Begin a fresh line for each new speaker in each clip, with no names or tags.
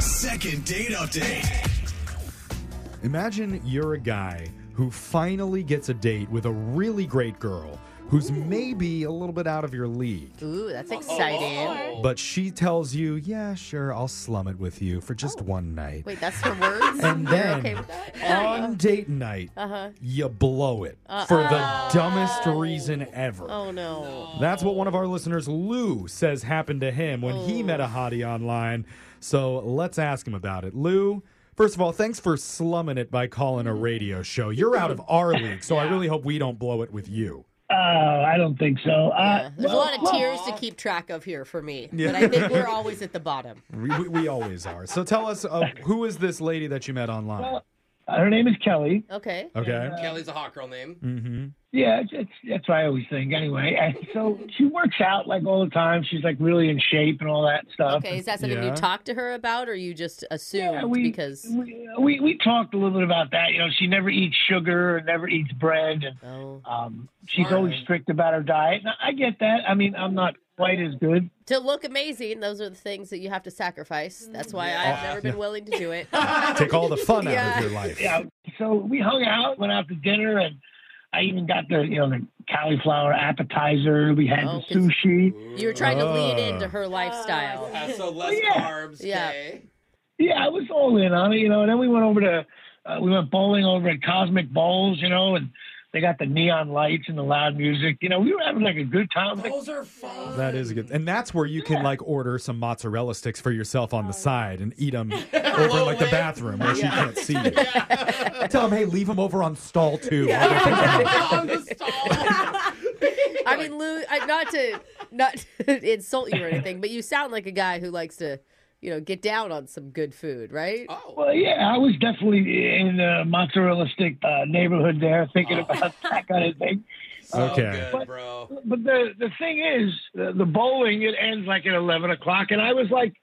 Second date update.
Imagine you're a guy who finally gets a date with a really great girl who's maybe a little bit out of your league,
Ooh, that's exciting.
but she tells you, Yeah, sure, I'll slum it with you for just one night.
Oh. Wait, that's her words?
And
You're
then
okay with that?
on date night,
Uh-huh.
you blow it for the dumbest reason ever.
Oh, no.
That's what one of our listeners, Lou, says happened to him when he met a hottie online. So let's ask him about it. Lou, first of all, thanks for slumming it by calling a radio show. You're out of our league, so I really hope we don't blow it with you.
Oh, I don't think so. Uh,
There's a lot of tears to keep track of here for me. But I think we're always at the bottom.
We, we, we always are. So tell us, uh, who is this lady that you met online?
her name is Kelly.
Okay.
Okay.
Kelly's a hot girl name.
Mm-hmm.
Yeah, it's, it's, that's what I always think. Anyway, and so she works out like all the time. She's like really in shape and all that stuff.
Okay, is that something
Uh, Yeah.
you talked to her about or you just assumed
Yeah, we,
because.
we, we we talked a little bit about that. You know, she never eats sugar and never eats bread, and
Oh.
um, she's
Smart.
always strict about her diet. And I get that. I mean, I'm not quite as good.
To look amazing, those are the things that you have to sacrifice. That's why
Oh,
I've never been willing to do it.
Take all the fun out
Yeah.
of your life.
Yeah. So we hung out, went out to dinner, and I even got the you know the cauliflower appetizer. We had
Oh,
the sushi.
you were trying to lean
Ah.
into her lifestyle.
Uh, so
Oh,
less
Yeah.
carbs.
Yeah.
okay.
Yeah, I was all in on it, you know. And then we went over to, uh, we went bowling over at Cosmic Bowls, you know, and they got the neon lights and the loud music. You know, we were having like a good time. Like,
Those are fun.
That is good. And that's where you can like order some mozzarella sticks for yourself
Oh,
on the side and eat them over in like the
Low-lit.
bathroom where she can't see you. Tell them, hey, leave them over on stall two.
On the stall.
I mean, Lou, I, not to not to insult you or anything, but you sound like a guy who likes to, you know, get down on some good food, right?
Oh.
well, yeah, I was definitely in the mozzarella stick uh, neighborhood there, thinking about that kind of thing.
So
Okay.
good, bro.
But the the thing is, the, the bowling it ends like at eleven o'clock, and I was like,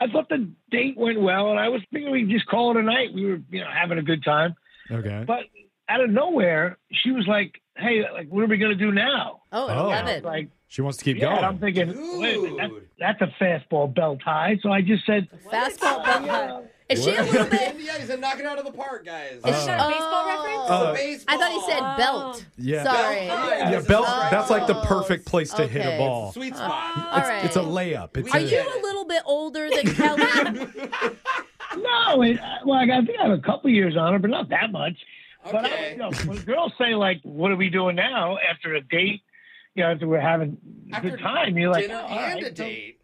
I thought the date went well, and I was thinking we just call it a night. We were, you know, having a good time.
Okay.
But out of nowhere, she was like, "Hey, like, what are we gonna do now?"
Oh,
Oh.
I love it.
Like,
She wants to keep
yeah, and I'm
going.
thinking, wait a minute,
Dude.
that, that's a fastball belt high. So I just said,
Fastball butt hug. Is she a
What?
little bit?
Yeah, he's knocking out of the park, guys.
Uh,
that a baseball
Oh.
reference?
Uh,
Baseball.
I thought he said belt.
Yeah.
Sorry.
Belt.
yeah,
This is
belt.
right.
That's Uh. like the perfect place to hit a
Okay.
ball.
Sweet spot.
All right.
It's a layup. It's
Are
a,
you a little bit older than Kelly?
"No, it, well, I think I have a couple years on her, but not that much." But I,
Okay.
you know, when girls say like, "What are we doing now?" after a date, you know, after we're having a
After
good time, you're like,
dinner
uh,
"All
and
right."
a date.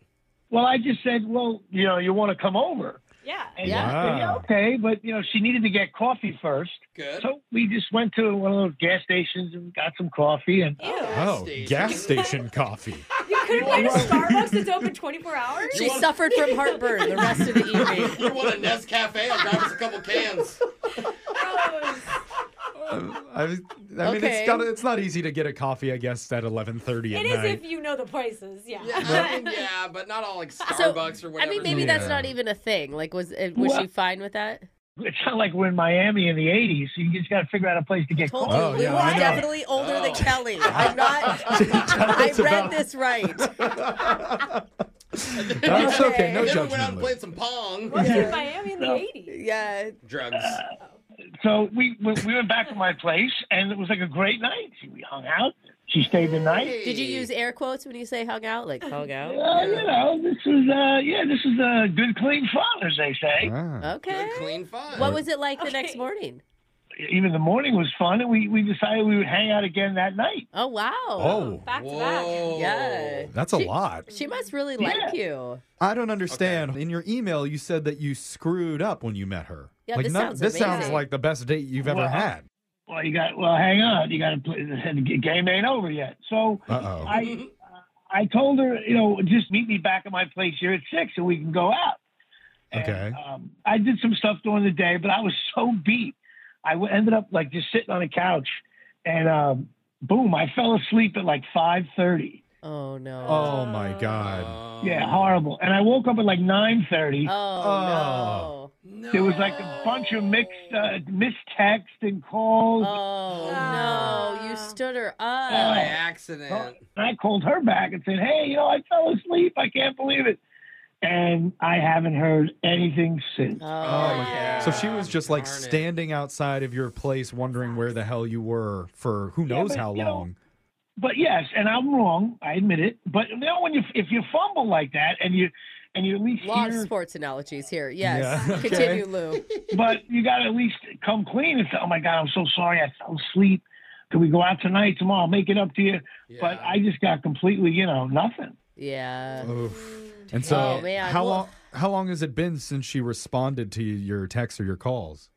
Well, I just said, "Well, you know, you want to come over?"
Yeah.
And
Yeah.
she said, yeah,
Wow.
okay, but you know, she needed to get coffee first.
Good.
So we just went to one of those gas stations and got some coffee. And
oh, gas station coffee.
You couldn't find a Starbucks that's open 24 hours?
She suffered from heartburn the rest of the evening.
You want a Nest Cafe? I'll grab us a couple cans.
I, I mean, it's
Okay.
got. It's not easy to get a coffee, I guess, at eleven thirty at
It is
night.
if you know the prices, yeah.
Yeah, I mean, yeah, but not all like Starbucks or
I
whatever.
mean, maybe that's not even a thing. Like, was uh, was she
Well-
fine with that?
it's not like we're in Miami in the '80s. So you just got to figure out a place to get
Told
coffee.
Oh,
you, Lou
yeah, I
is
know.
definitely older than
Oh.
Kelly. I'm not.
Tell
I
us
read
about-
this right.
That's okay. No
Then we went out
judgment.
and
Lou.
played some pong.
Wasn't in Miami in the 80s.
Yeah.
Drugs.
So we we we went back to my place, and it was like a great night. We hung out. She stayed the night.
Did you use air quotes when you say hung out? Like hung out?
Uh, you know, this was uh, yeah, this was uh, good, clean fun, as they say.
Ah.
Okay.
clean fun?
What was it like the
Okay.
next morning?
Even the morning was fun, and we we decided we would hang out again that night.
Oh wow.
Oh,
Back to back.
Whoa.
Yeah.
that's a lot.
She must really
Yeah.
like you.
I don't understand. In your email, you said that you screwed up when you met her.
Yeah,
like
this
none-
sounds
this sounds
amazing.
like the best date you've ever
Well,
had.
Well, you got well, hang on, you got to play. The game ain't over yet. So
Uh-oh.
Mm-hmm.
I I told her, you know, just meet me back at my place here at six, and we can go out. And,
Okay.
Um, I did some stuff during the day, but I was so beat. I w- ended up like just sitting on a couch, and um, boom, I fell asleep at like five thirty.
Oh no.
Oh my god.
Um,
Yeah, horrible. And I woke up at like nine thirty.
Oh,
No.
There was like a bunch of mixed uh, missed text and calls.
no. Oh no. You stood her
Oh.
By
up.
accident.
And I called her back and said, "Hey, you know, I fell asleep. I can't believe it." and I haven't heard anything since.
Oh, yeah.
So she was just like
Darn it.
standing outside of your place, wondering where the hell you were for who knows
but,
how
you know,
long.
but yes, and I'm wrong. I admit it. But you know, when you if you fumble like that and you and you at least
A lot of
hear-
sports analogies here. Yes.
Yeah, okay.
Continue, Lou.
but you got to at least come clean and say, "Oh my God, I'm so sorry. I fell asleep. Can we go out tonight? Tomorrow, I'll make it up to you." But
Yeah.
I just got completely, you know, nothing.
Yeah.
Oof.
Mm.
And so,
Oh, man.
how
Well-
long? How long has it been since she responded to your texts or your calls?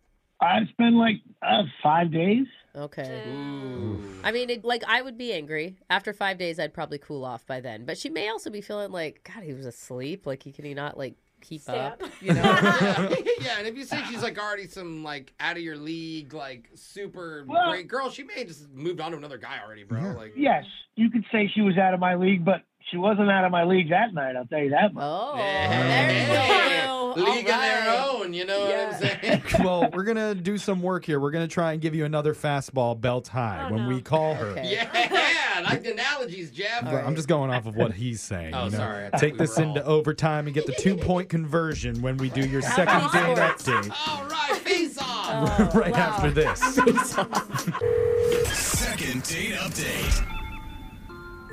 It's been like uh, five days.
Okay.
Oh.
Ooh.
I mean, it, like I would be angry after five days. I'd probably cool off by then. But she may also be feeling like, God, he was asleep. Like, he can he not like keep
Stay
up?
up.
You know?
yeah. yeah, and if you say she's like already some like out of your league, like super
Well-
great girl, she may have just moved on to another guy already, bro. Like,
Yes, you could say she was out of my league, but she wasn't out of my league that night. I'll tell you that much.
oh,
Hey,
there you go. Lou.
league
All
in their
right.
own. You know
Yeah.
what I'm saying?
well, we're gonna do some work here. We're gonna try and give you another fastball belt high
Oh,
when
no.
we call her.
Okay.
Yeah, I like the analogies, Jeff.
But I'm just going off of what he's saying.
Oh,
you know?
sorry. I thought
Take
we
this
were
into
all-
overtime and get the two point conversion when we do your second
about
date
sports?
update
All right, face
Oh,
off.
Oh,
right after this.
Second date update.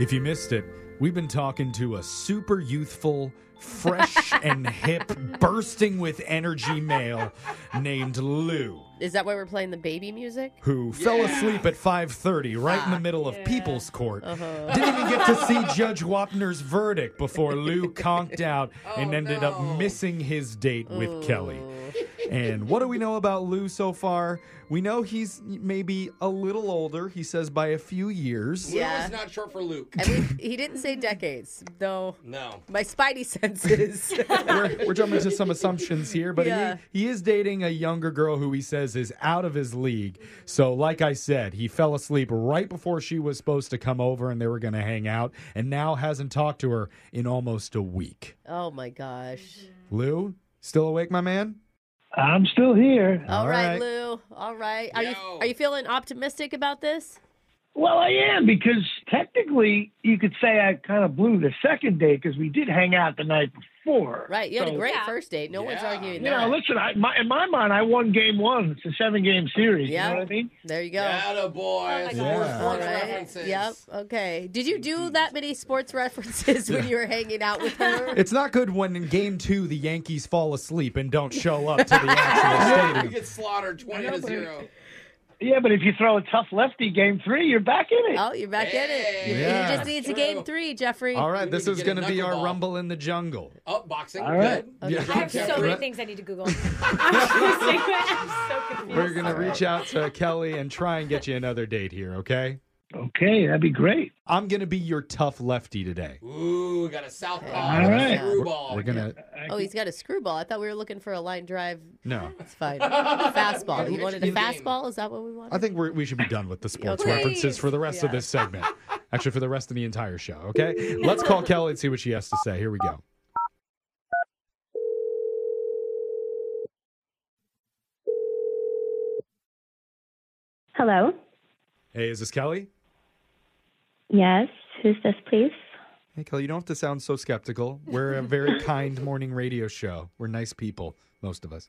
If you missed it, we've been talking to a super youthful, fresh and hip, bursting with energy male named Lou,
Is that why we're playing the baby music?
who fell
Yeah. Ah,
asleep at 5:30 right in the middle of
Yeah.
People's Court.
Uh-huh.
Didn't even get to see Judge Wapner's verdict before Lou conked out and
Oh,
ended
no.
up missing his date with Kelly. And what do we know about Lou so far? We know he's maybe a little older. He says by a few years.
Lou
Yeah.
is not short for Luke.
And we, he didn't say decades, though.
No.
My spidey senses.
we're, we're jumping to some assumptions here, but
Yeah.
he, he is dating a younger girl who he says is out of his league. So, like I said, he fell asleep right before she was supposed to come over and they were going to hang out, and now hasn't talked to her in almost a week.
oh my gosh.
Mm-hmm. Lou, still awake, my man?
I'm still here.
All
All
right,
right.
Lou. All right. Are you
Yo.
are you feeling optimistic about this?
Well, I am because technically you could say I kind of blew the second day because we did hang out the night before.
Right. You had a
So-
great
Yeah.
first date. No one's
Yeah.
arguing
You
that.
know, listen, I, my, in my mind, I won game one. It's a seven game series.
Yeah.
You know what I mean?
there you go.
Yeah, boy.
Oh my
Sports
God. Yeah.
All
sports
right.
references.
Yep. Okay. Did you do that many sports references when you were hanging out with her?
It's not good when in game two the Yankees fall asleep and don't show up to the actual
You
stadium.
get slaughtered 20 to 0.
Yeah, but if you throw a tough lefty game three, you're back in it.
Oh, you're back in it.
Hey,
Yeah.
You just need to
true.
game three, Jeffrey.
All
We
right,
need
this
to
is
get a
going to be our
knuckleball.
rumble in the jungle.
Oh, boxing.
All right.
Good.
Yeah.
I have so many
Right.
things I need to Google. I'm just saying that. I'm so confused.
We're going to reach out to Kelly and try and get you another date here, okay?
Okay, that'd be great.
I'm going to be your tough lefty today.
Ooh, got a southpaw.
All right.
Screwball.
We're gonna
oh, he's got a screwball. I thought we were looking for a line drive.
no.
It's fine. fastball. You
You
wanted a
game.
fastball? Is that what we wanted?
I think we're, we should be done with the sports
Please.
references for the rest of
Yeah.
this segment. Actually, for the rest of the entire show. Okay, let's call Kelly and see what she has to say. Here we go.
Hello.
Hey, is this Kelly?
Yes. Who's this, please?
Hey, Kelly, you don't have to sound so skeptical. We're a very kind morning radio show. We're nice people, most of us.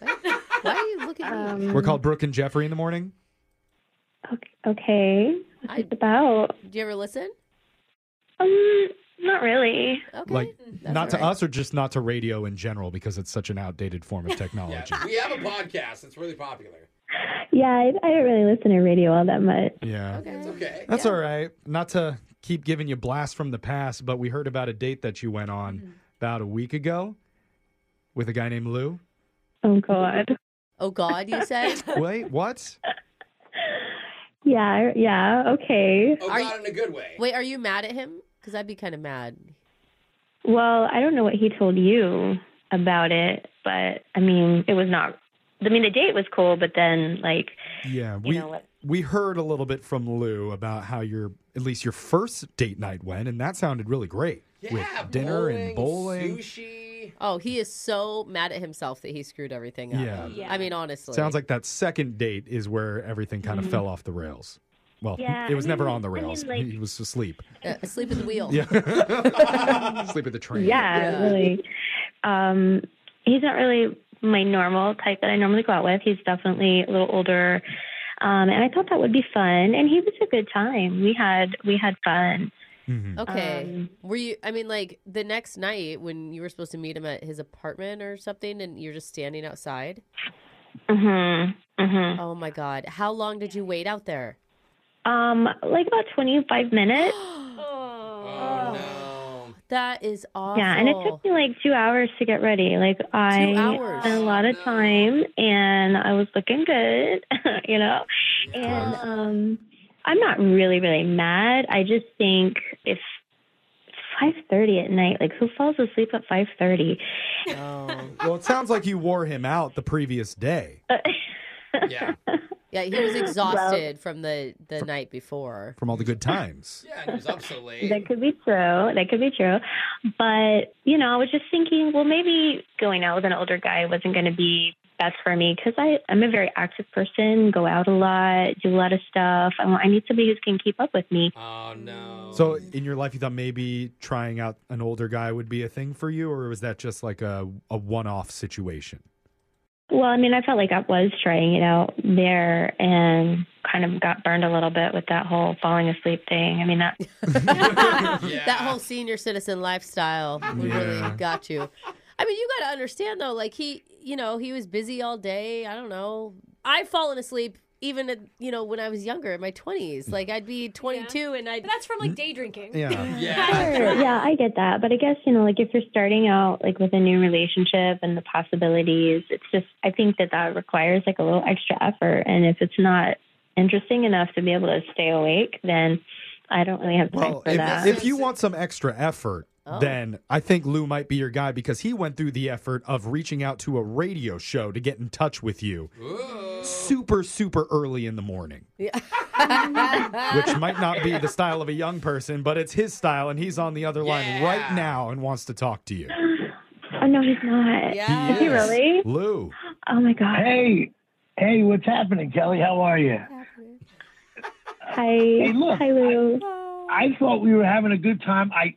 Why are you looking at me?
Um,
We're called Brooke and Jeffrey in the morning.
okay, okay. What's
I-
this about?
Do you ever listen?
Um, not really.
Okay.
Like,
That's
not to
all right.
us or just not to radio in general because it's such an outdated form of
Yeah,
technology.
we have a podcast. It's really popular.
Yeah, I, I don't really listen to radio all that much.
yeah.
It's okay.
That's all right. Not to keep giving you blasts from the past, but we heard about a date that you went on
Mm-hmm.
about a week ago with a guy named Lou.
Oh God.
Oh, God, you said?
Wait, what?
Yeah. I- Yeah. Okay.
Oh,
Are
God, in a good way.
Wait, are you mad at him? Because I'd be kind of mad.
Well, I don't know what he told you about it, but I mean, it was not. I mean, the date was cool, but then like
Yeah,
you
we
know what?
we heard a little bit from Lou about how your at least your first date night went, and that sounded really great with
Yeah,
dinner and bowling.
Sushi.
Oh, he is so mad at himself that he screwed everything up.
Yeah.
Yeah.
I mean, honestly.
Sounds like that second date is where everything kind of fell off the rails. Well,
Mm-hmm. Yeah,
it was
I
never
mean-
on the
I mean,
rails.
like-
he was asleep.
Uh, asleep at the wheel.
Yeah. Sleep at the train.
Yeah,
Yeah.
really. Um, he's not really my normal type that I normally go out with. He's definitely a little older, um, and I thought that would be fun. And he was a good time. We had we had fun.
Mhm.
Okay.
Um,
were you? I mean, like the next night when you were supposed to meet him at his apartment or something, and you're just standing outside.
Mhm. Mhm.
Oh my god! How long did you wait out there?
Um, like about twenty five minutes.
Oh,
Oh,
no.
That is awful.
Yeah, and it took me like two hours to get ready. Like I
hours.
spent a lot of time, and I was looking good, you know. And
Yeah.
um, I'm not really, really mad. I just think if 5:30 at night, like who falls asleep at 5:30?
Oh.
Well, it sounds like you wore him out the previous day
Yeah.
Yeah, he was exhausted from the the night before.
from all the good times.
Yeah, and he was up so late.
That could be true. That could be true. But you know, I was just thinking, well, maybe going out with an older guy wasn't going to be best for me because I I'm a very active person, go out a lot, do a lot of stuff. I want I need somebody who can keep up with me.
Oh, no.
So, in your life, you thought maybe trying out an older guy would be a thing for you, or was that just like a, a one off situation?
Well, I mean, I felt like I was trying it out there and kind of got burned a little bit with that whole falling asleep thing. I mean, that
That whole senior citizen lifestyle we
Yeah.
really got you. I mean, you got to understand though, like he, you know, he was busy all day. I don't know. I've fallen asleep even at, you know, when I was younger in my 20s. Like I'd be 22 and I'd
but that's from like day drinking.
Yeah.
Yeah.
Sure, yeah, I get that. But I guess, you know, like if you're starting out like with a new relationship and the possibilities, it's just I think that that requires like a little extra effort and if it's not interesting enough to be able to stay awake, then I don't really have time
Well,
for
if,
that.
if you want some extra effort,
Oh.
then I think Lou might be your guy because he went through the effort of reaching out to a radio show to get in touch with you
Ooh.
super, super early in the morning. Which might not be the style of a young person, but it's his style, and he's on the other line right
Yeah.
now and wants to talk to you.
oh no, he's not.
Yeah.
Is he really?
Lou.
Oh my god.
Hey, hey, what's happening, Kelly? How are you?
Hi.
look,
Hi Lou.
I thought we were having a good time. I,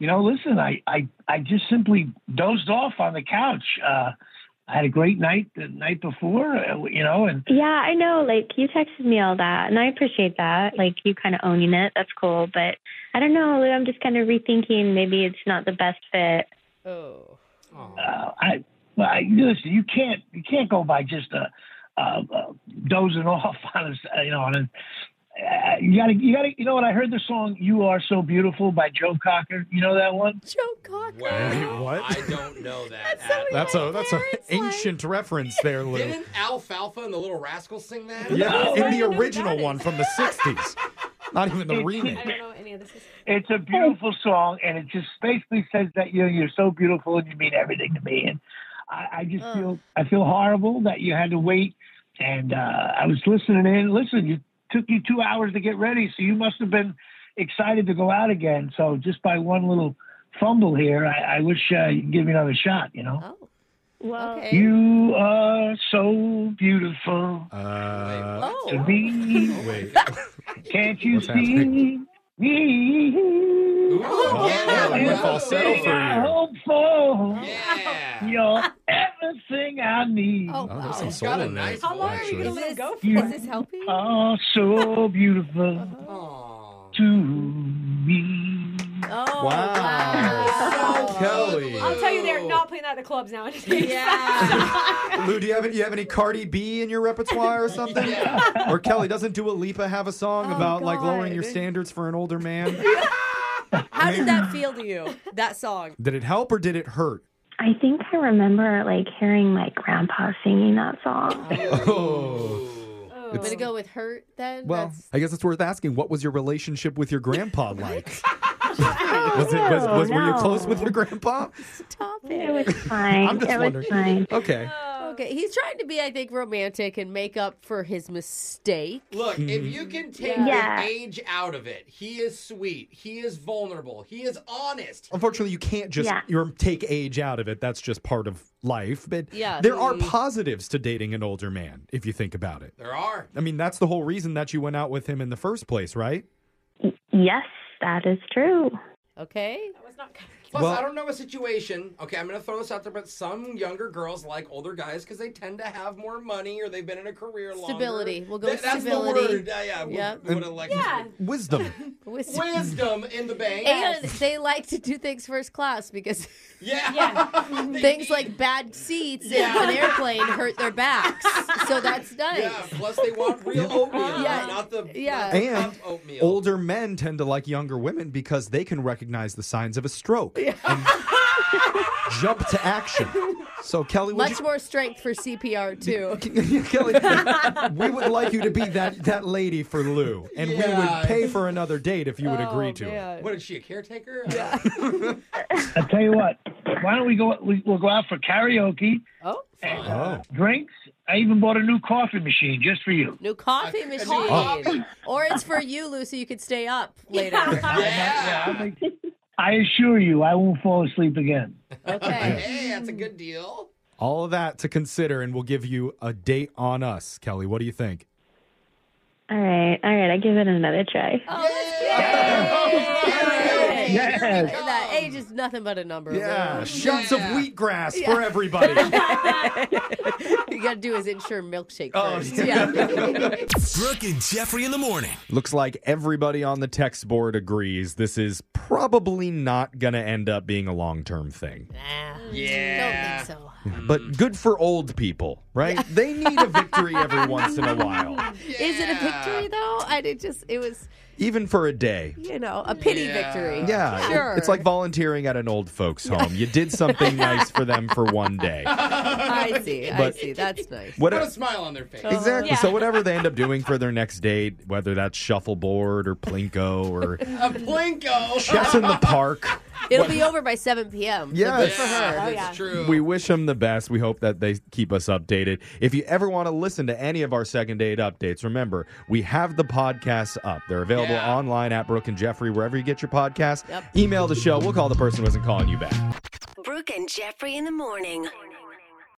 you know, listen, I, I, I just simply dozed off on the couch. Uh, I had a great night the night before, uh, you know, and
Yeah, I know. Like you texted me all that, and I appreciate that. Like you kind of owning it. That's cool. But I don't know. Lou, I'm just kind of rethinking. Maybe it's not the best fit.
oh.
uh, I, well, I, listen, you can't, you can't go by just uh uh, uh, dozing off on a, s- uh, you know, on a. Uh, you gotta, you gotta, you know what? I heard the song "You Are So Beautiful" by Joe Cocker. You know that one?
Joe Cocker.
Wow.
What?
I don't know that.
That's so
at-
That's a that's an
Parents like-
ancient reference there, Lou.
Didn't Alfalfa and the Little Rascals sing that?
Yeah,
I
in
don't know
the
what
original
that
one
is.
from the 60s. Not even the remake.
I don't know what any of this is.
It's a beautiful song, and it just basically says that you know, you're so beautiful and you mean everything to me. And I, I just
Ugh.
feel I feel horrible that you had to wait. And uh, I was listening in. Listen, you took you two hours to get ready, so you must have been excited to go out again. So just by one little fumble here, I, I wish uh, you could give me another shot. You know,
Oh,
Well,
okay.
you are so beautiful
Uh,
to
oh.
me.
wait.
Can't you
What's
see
happening?
me?
Ooh,
Oh,
yeah.
I went falsetto for
I
you.
hope for.
Yeah.
You're everything I need.
Oh,
Oh, there's
wow.
some
He's
soul
got a
in there,
nice
How long are
actually.
you gonna let him go for?
You-
Is this helping?
Oh, so beautiful
Aw.
to me.
oh,
Wow.
wow.
Kelly.
I'll tell you, they're not playing that at the clubs nowadays.
Yeah.
Lou, do you have, do you have any Cardi B in your repertoire or something? Or Kelly, doesn't Dua Lipa have a song
Oh,
about like lowering your
God.
standards for an older man?
How did that feel to you? That song.
did it help or did it hurt?
I think I remember like hearing my grandpa singing that song.
Oh.
I'm gonna go with hurt then.
Well,
That's-
I guess it's worth asking. What was your relationship with your grandpa like? was it was, was were you
no.
close with your grandpa?
Stop
It
it.
was fine.
I'm just
it
wondering.
was fine.
Okay.
okay. He's trying to be, I think, romantic and make up for his mistake.
Look, if you can take
Yeah.
the age out of it, he is sweet. He is vulnerable. He is honest.
Unfortunately, you can't just
Yeah.
you're, take age out of it. That's just part of life. But
Yeah.
there are positives to dating an older man if you think about it.
There are.
I mean, that's the whole reason that you went out with him in the first place, right?
Yes, that is true.
Okay.
That was not.
Plus,
Well-
I don't know a situation. Okay, I'm going to throw this out there, but some younger girls like older guys because they tend to have more money or they've been in a career longer.
Stability. We'll go
Th-
with
that's
stability.
the word. Yeah, yeah. we-
Yep.
we would elect-
Yeah.
Wisdom.
With-
Wisdom in the bank.
And they like to do things first class because
Yeah.
Yeah.
They
things
need-
like bad seats
Yeah.
in an airplane hurt their backs. So that's nice.
Yeah. Plus, they want real oatmeal,
Yeah.
not the
Yeah.
not the
And
cup oatmeal.
older men tend to like younger women because they can recognize the signs of a stroke and jump to action. So Kelly, would
Much
you,
more strength for CPR too.
Kelly, we would like you to be that that lady for Lou, and we
Yeah. Oh,
would pay for another date if you would agree to
Oh,
it.
What is she, a caretaker? Yeah.
I tell you what, why don't we go? We, we'll go out for karaoke,
Oh,
and,
Oh.
drinks. I even bought a new coffee machine just for you.
new coffee machine.
coffee.
Or it's for you, Lou, so you could stay up later.
yeah.
I assure you, I won't fall asleep again.
Okay.
Hey, that's a good deal.
All of that to consider, and we'll give you a date on us, Kelly. What do you think?
All right, all right, I give it another try.
Oh, that's good.
Karaoke.
Yes.
Here we
And That
come.
age is nothing but a number.
Yeah,
Lou.
shunts of
Yeah.
wheatgrass for everybody.
you got to do is ensure milkshake
Oh,
first. yeah.
Brooke and Jeffrey in the morning.
Looks like everybody on the text board agrees this is probably not going to end up being a long term thing.
Nah,
Yeah.
Don't think so.
Mm.
But good for old people, right? They need a victory every once in a while,
Is it a victory though? I did just it was
even for a day.
you know a pity
Yeah.
victory.
Yeah, it-
sure.
it's like volunteering at an old folks' home. You did something nice for them for one day.
I see, I
But-
see. That's nice.
What e-,
Put a smile on their face.
Exactly.
Yeah.
So whatever they end up doing for their next date, whether that's shuffleboard or plinko or
A Plinko.
chess in the park,
It'll be over by 7 p.m. so
Yes.
good for her.
Yeah,
Oh,
that's
yeah.
true.
we wish them the best. We hope that they keep us updated. If you ever want to listen to any of our second date updates, remember we have the podcasts up. They're available
Yeah.
online at Brooke and Jeffrey wherever you get your podcast.
Yep.
Email the show. We'll call the person who isn't calling you back.
Brooke and Jeffrey in the morning.